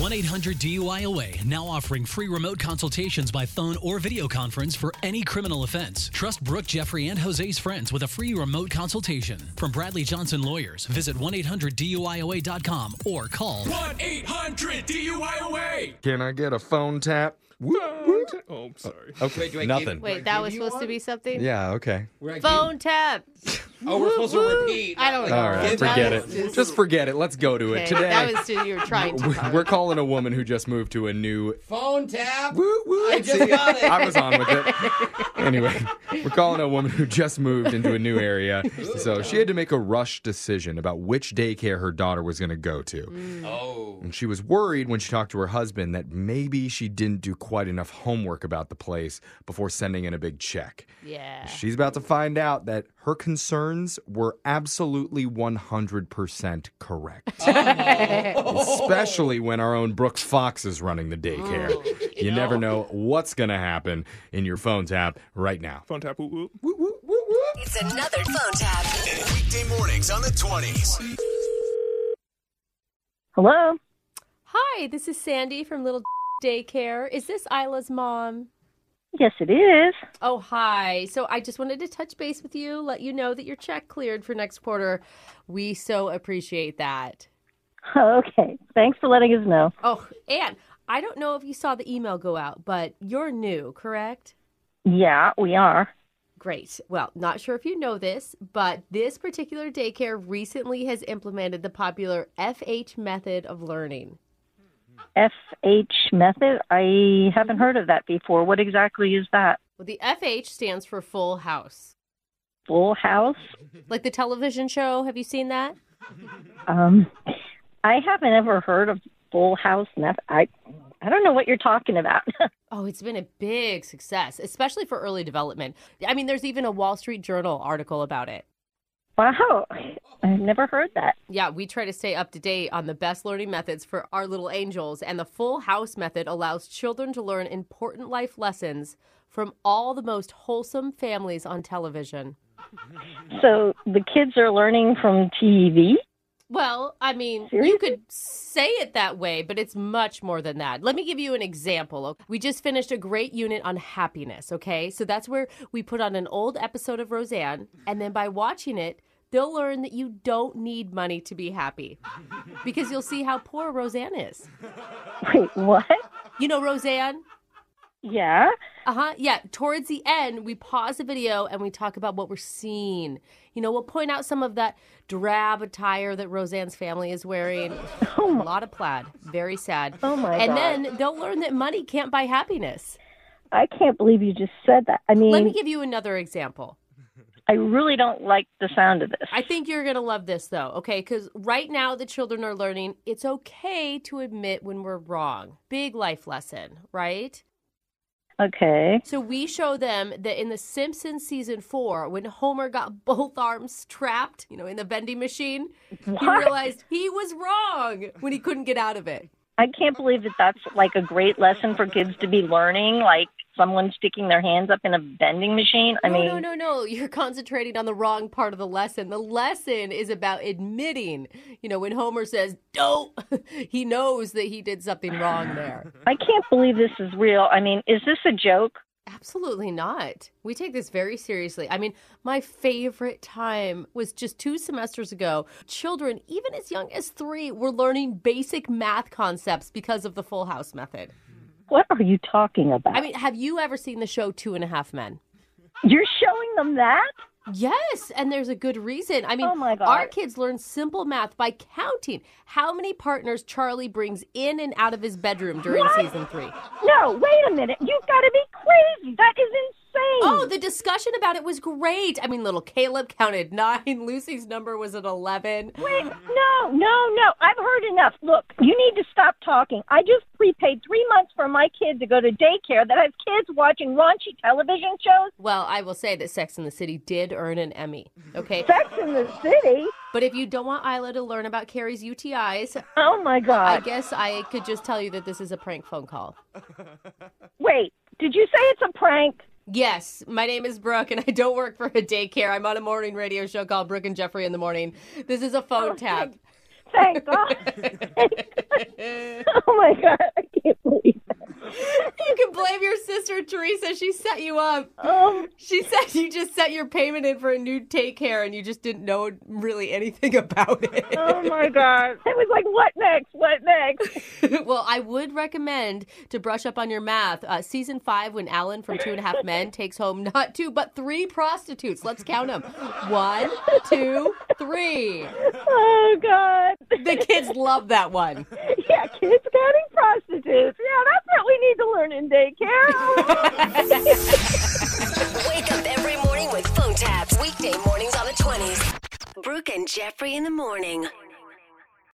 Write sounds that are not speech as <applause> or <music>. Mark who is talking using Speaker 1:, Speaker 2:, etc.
Speaker 1: 1 800 DUIOA now offering free remote consultations by phone or video conference for any criminal offense. Trust Brooke, Jeffrey, and Jose's friends with a free remote consultation. From Bradley Johnson Lawyers, visit 1 800 DUIOA.com or call
Speaker 2: 1 800 DUIOA.
Speaker 3: Can I get a phone tap? Whoop, whoop.
Speaker 4: Oh, I'm sorry.
Speaker 3: Okay,
Speaker 5: Wait, do I keep-
Speaker 3: nothing.
Speaker 6: Wait, that was supposed to be something?
Speaker 3: Yeah, okay.
Speaker 5: We're like,
Speaker 6: Phone tap.
Speaker 5: oh, we're supposed to repeat.
Speaker 6: I don't know.
Speaker 3: All right,
Speaker 6: That
Speaker 3: forget
Speaker 6: was
Speaker 3: it.
Speaker 6: just-
Speaker 3: Just forget it. Let's go to it
Speaker 6: okay,
Speaker 3: today.
Speaker 6: That was just, you were trying to.
Speaker 3: We're calling a woman who just moved to a new.
Speaker 5: Phone tap.
Speaker 3: Woo, woo.
Speaker 5: I just got it.
Speaker 3: I was on with
Speaker 6: <laughs>
Speaker 3: it. Anyway, we're calling a woman who just moved into a new area. So she had to make a rush decision about which daycare her daughter was going to go to.
Speaker 6: Mm.
Speaker 5: Oh.
Speaker 3: And she was worried when she talked to her husband that maybe she didn't do quite enough homework about the place before sending in a big check.
Speaker 6: Yeah.
Speaker 3: She's about to find out that her concerns were absolutely 100% correct. Especially when our own Brooke Fox is running the daycare. You never know what's going to happen in your phone tap right now.
Speaker 4: Phone tap. Whoop, whoop.
Speaker 7: It's another phone tap.
Speaker 8: Weekday mornings on the 20s.
Speaker 9: Hello.
Speaker 10: Hi, this is Sandy from Little Daycare. Is this Isla's mom?
Speaker 9: Yes, it is. <laughs>
Speaker 10: Oh, hi. So I just wanted to touch base with you, let you know that your check cleared for next quarter. We so appreciate that.
Speaker 9: Okay. Thanks for letting us know.
Speaker 10: Oh, and I don't know if you saw the email go out, but you're new, correct?
Speaker 9: Yeah, we are.
Speaker 10: Great. Well, not sure if you know this, but this particular daycare recently has implemented the popular FH method of learning.
Speaker 9: FH method. I haven't heard of that before. What exactly is that?
Speaker 10: Well, the FH stands for Full House.
Speaker 9: Full house?
Speaker 10: Like the television show, have you seen that?
Speaker 9: Um, I haven't ever heard of full house method. I, I don't know what you're talking about. <laughs>
Speaker 10: Oh, it's been a big success, especially for early development. I mean, there's even a Wall Street Journal article about it.
Speaker 9: wow, I've never heard that.
Speaker 10: Yeah, we try to stay up to date on the best learning methods for our little angels, and the Full House method allows children to learn important life lessons from all the most wholesome families on television.
Speaker 9: So the kids are learning from TV.
Speaker 10: Well, I mean, you
Speaker 9: Seriously?
Speaker 10: could say it that way, but it's much more than that. Let me give you an example. We just finished a great unit on happiness, okay? So that's where we put on an old episode of Roseanne, and then by watching it, they'll learn that you don't need money to be happy because you'll see how poor Roseanne is.
Speaker 9: Wait, what?
Speaker 10: You know, Roseanne?
Speaker 9: Yeah.
Speaker 10: Uh huh. Yeah. Towards the end, we pause the video and we talk about what we're seeing. You know, we'll point out some of that drab attire that Roseanne's family is wearing. a lot of plaid. Very sad.
Speaker 9: Oh my
Speaker 10: And
Speaker 9: God.
Speaker 10: then they'll learn that money can't buy happiness.
Speaker 9: I can't believe you just said that. I mean,
Speaker 10: Let me give you another example.
Speaker 9: I really don't like the sound of this.
Speaker 10: I think you're going to love this, though, okay? Because right now the children are learning it's okay to admit when we're wrong. Big life lesson, right?
Speaker 9: okay.
Speaker 10: So we show them that in The Simpsons season four, when Homer got <laughs> both arms trapped, you know, in the vending machine, he
Speaker 9: What?
Speaker 10: realized he was wrong when he couldn't get out of it.
Speaker 9: I can't believe that that's like a great lesson for kids to be learning, like someone sticking their hands up in a vending machine. <laughs> I
Speaker 10: no,
Speaker 9: mean,
Speaker 10: no, no, no. You're concentrating on the wrong part of the lesson. The lesson is about admitting. You know, when Homer says, don't, <laughs> he knows that he did something wrong there.
Speaker 9: I can't believe this is real. I mean, is this a joke?
Speaker 10: Absolutely not. We take this very seriously. I mean, my favorite time was just two semesters ago. Children, even as young as three, were learning basic math concepts because of the Full House method.
Speaker 9: What are you talking about?
Speaker 10: I mean, have you ever seen the show Two and a Half Men?
Speaker 9: You're showing them that?
Speaker 10: Yes, and there's a good reason. I mean,
Speaker 9: Oh my God.
Speaker 10: our kids learn simple math by counting how many partners Charlie brings in and out of his bedroom during season three.
Speaker 9: No, wait a minute. You've got to be crazy. That is insane.
Speaker 10: Oh, the discussion about it was great. I mean, little Caleb counted nine. <laughs> Lucy's number was at 11.
Speaker 9: wait. No, no, no. I've heard enough. Look, you need to stop talking. I just prepaid three months for my kid to go to daycare that has kids watching raunchy television shows.
Speaker 10: Well, I will say that Sex in the City did earn an Emmy. Okay.
Speaker 9: Sex in the City.
Speaker 10: But if you don't want Isla to learn about Carrie's UTIs,
Speaker 9: Oh my
Speaker 10: I
Speaker 9: God.
Speaker 10: guess I could just tell you that this is a prank phone call.
Speaker 9: Wait, did you say it's a prank?
Speaker 10: Yes, my name is Brooke, and I don't work for a daycare. I'm on a morning radio show called Brooke and Jeffrey in the Morning. This is a phone tap.
Speaker 9: Thank God. oh my God, I can't believe it.
Speaker 10: You can blame your sister Teresa. She set you up.
Speaker 9: Um,
Speaker 10: She said you just set your payment in for a new take care and you just didn't know really anything about it.
Speaker 9: oh my God. It was like, what next? What next?
Speaker 10: <laughs> well, I would recommend to brush up on your math. Uh, season five, when Alan from Two and a Half Men takes home not two, but three prostitutes. Let's count them. One, two, three.
Speaker 9: Oh God. <laughs>
Speaker 10: The kids love that one.
Speaker 9: Yeah, kids counting prostitutes. Yeah, that's what we need to learn in daycare.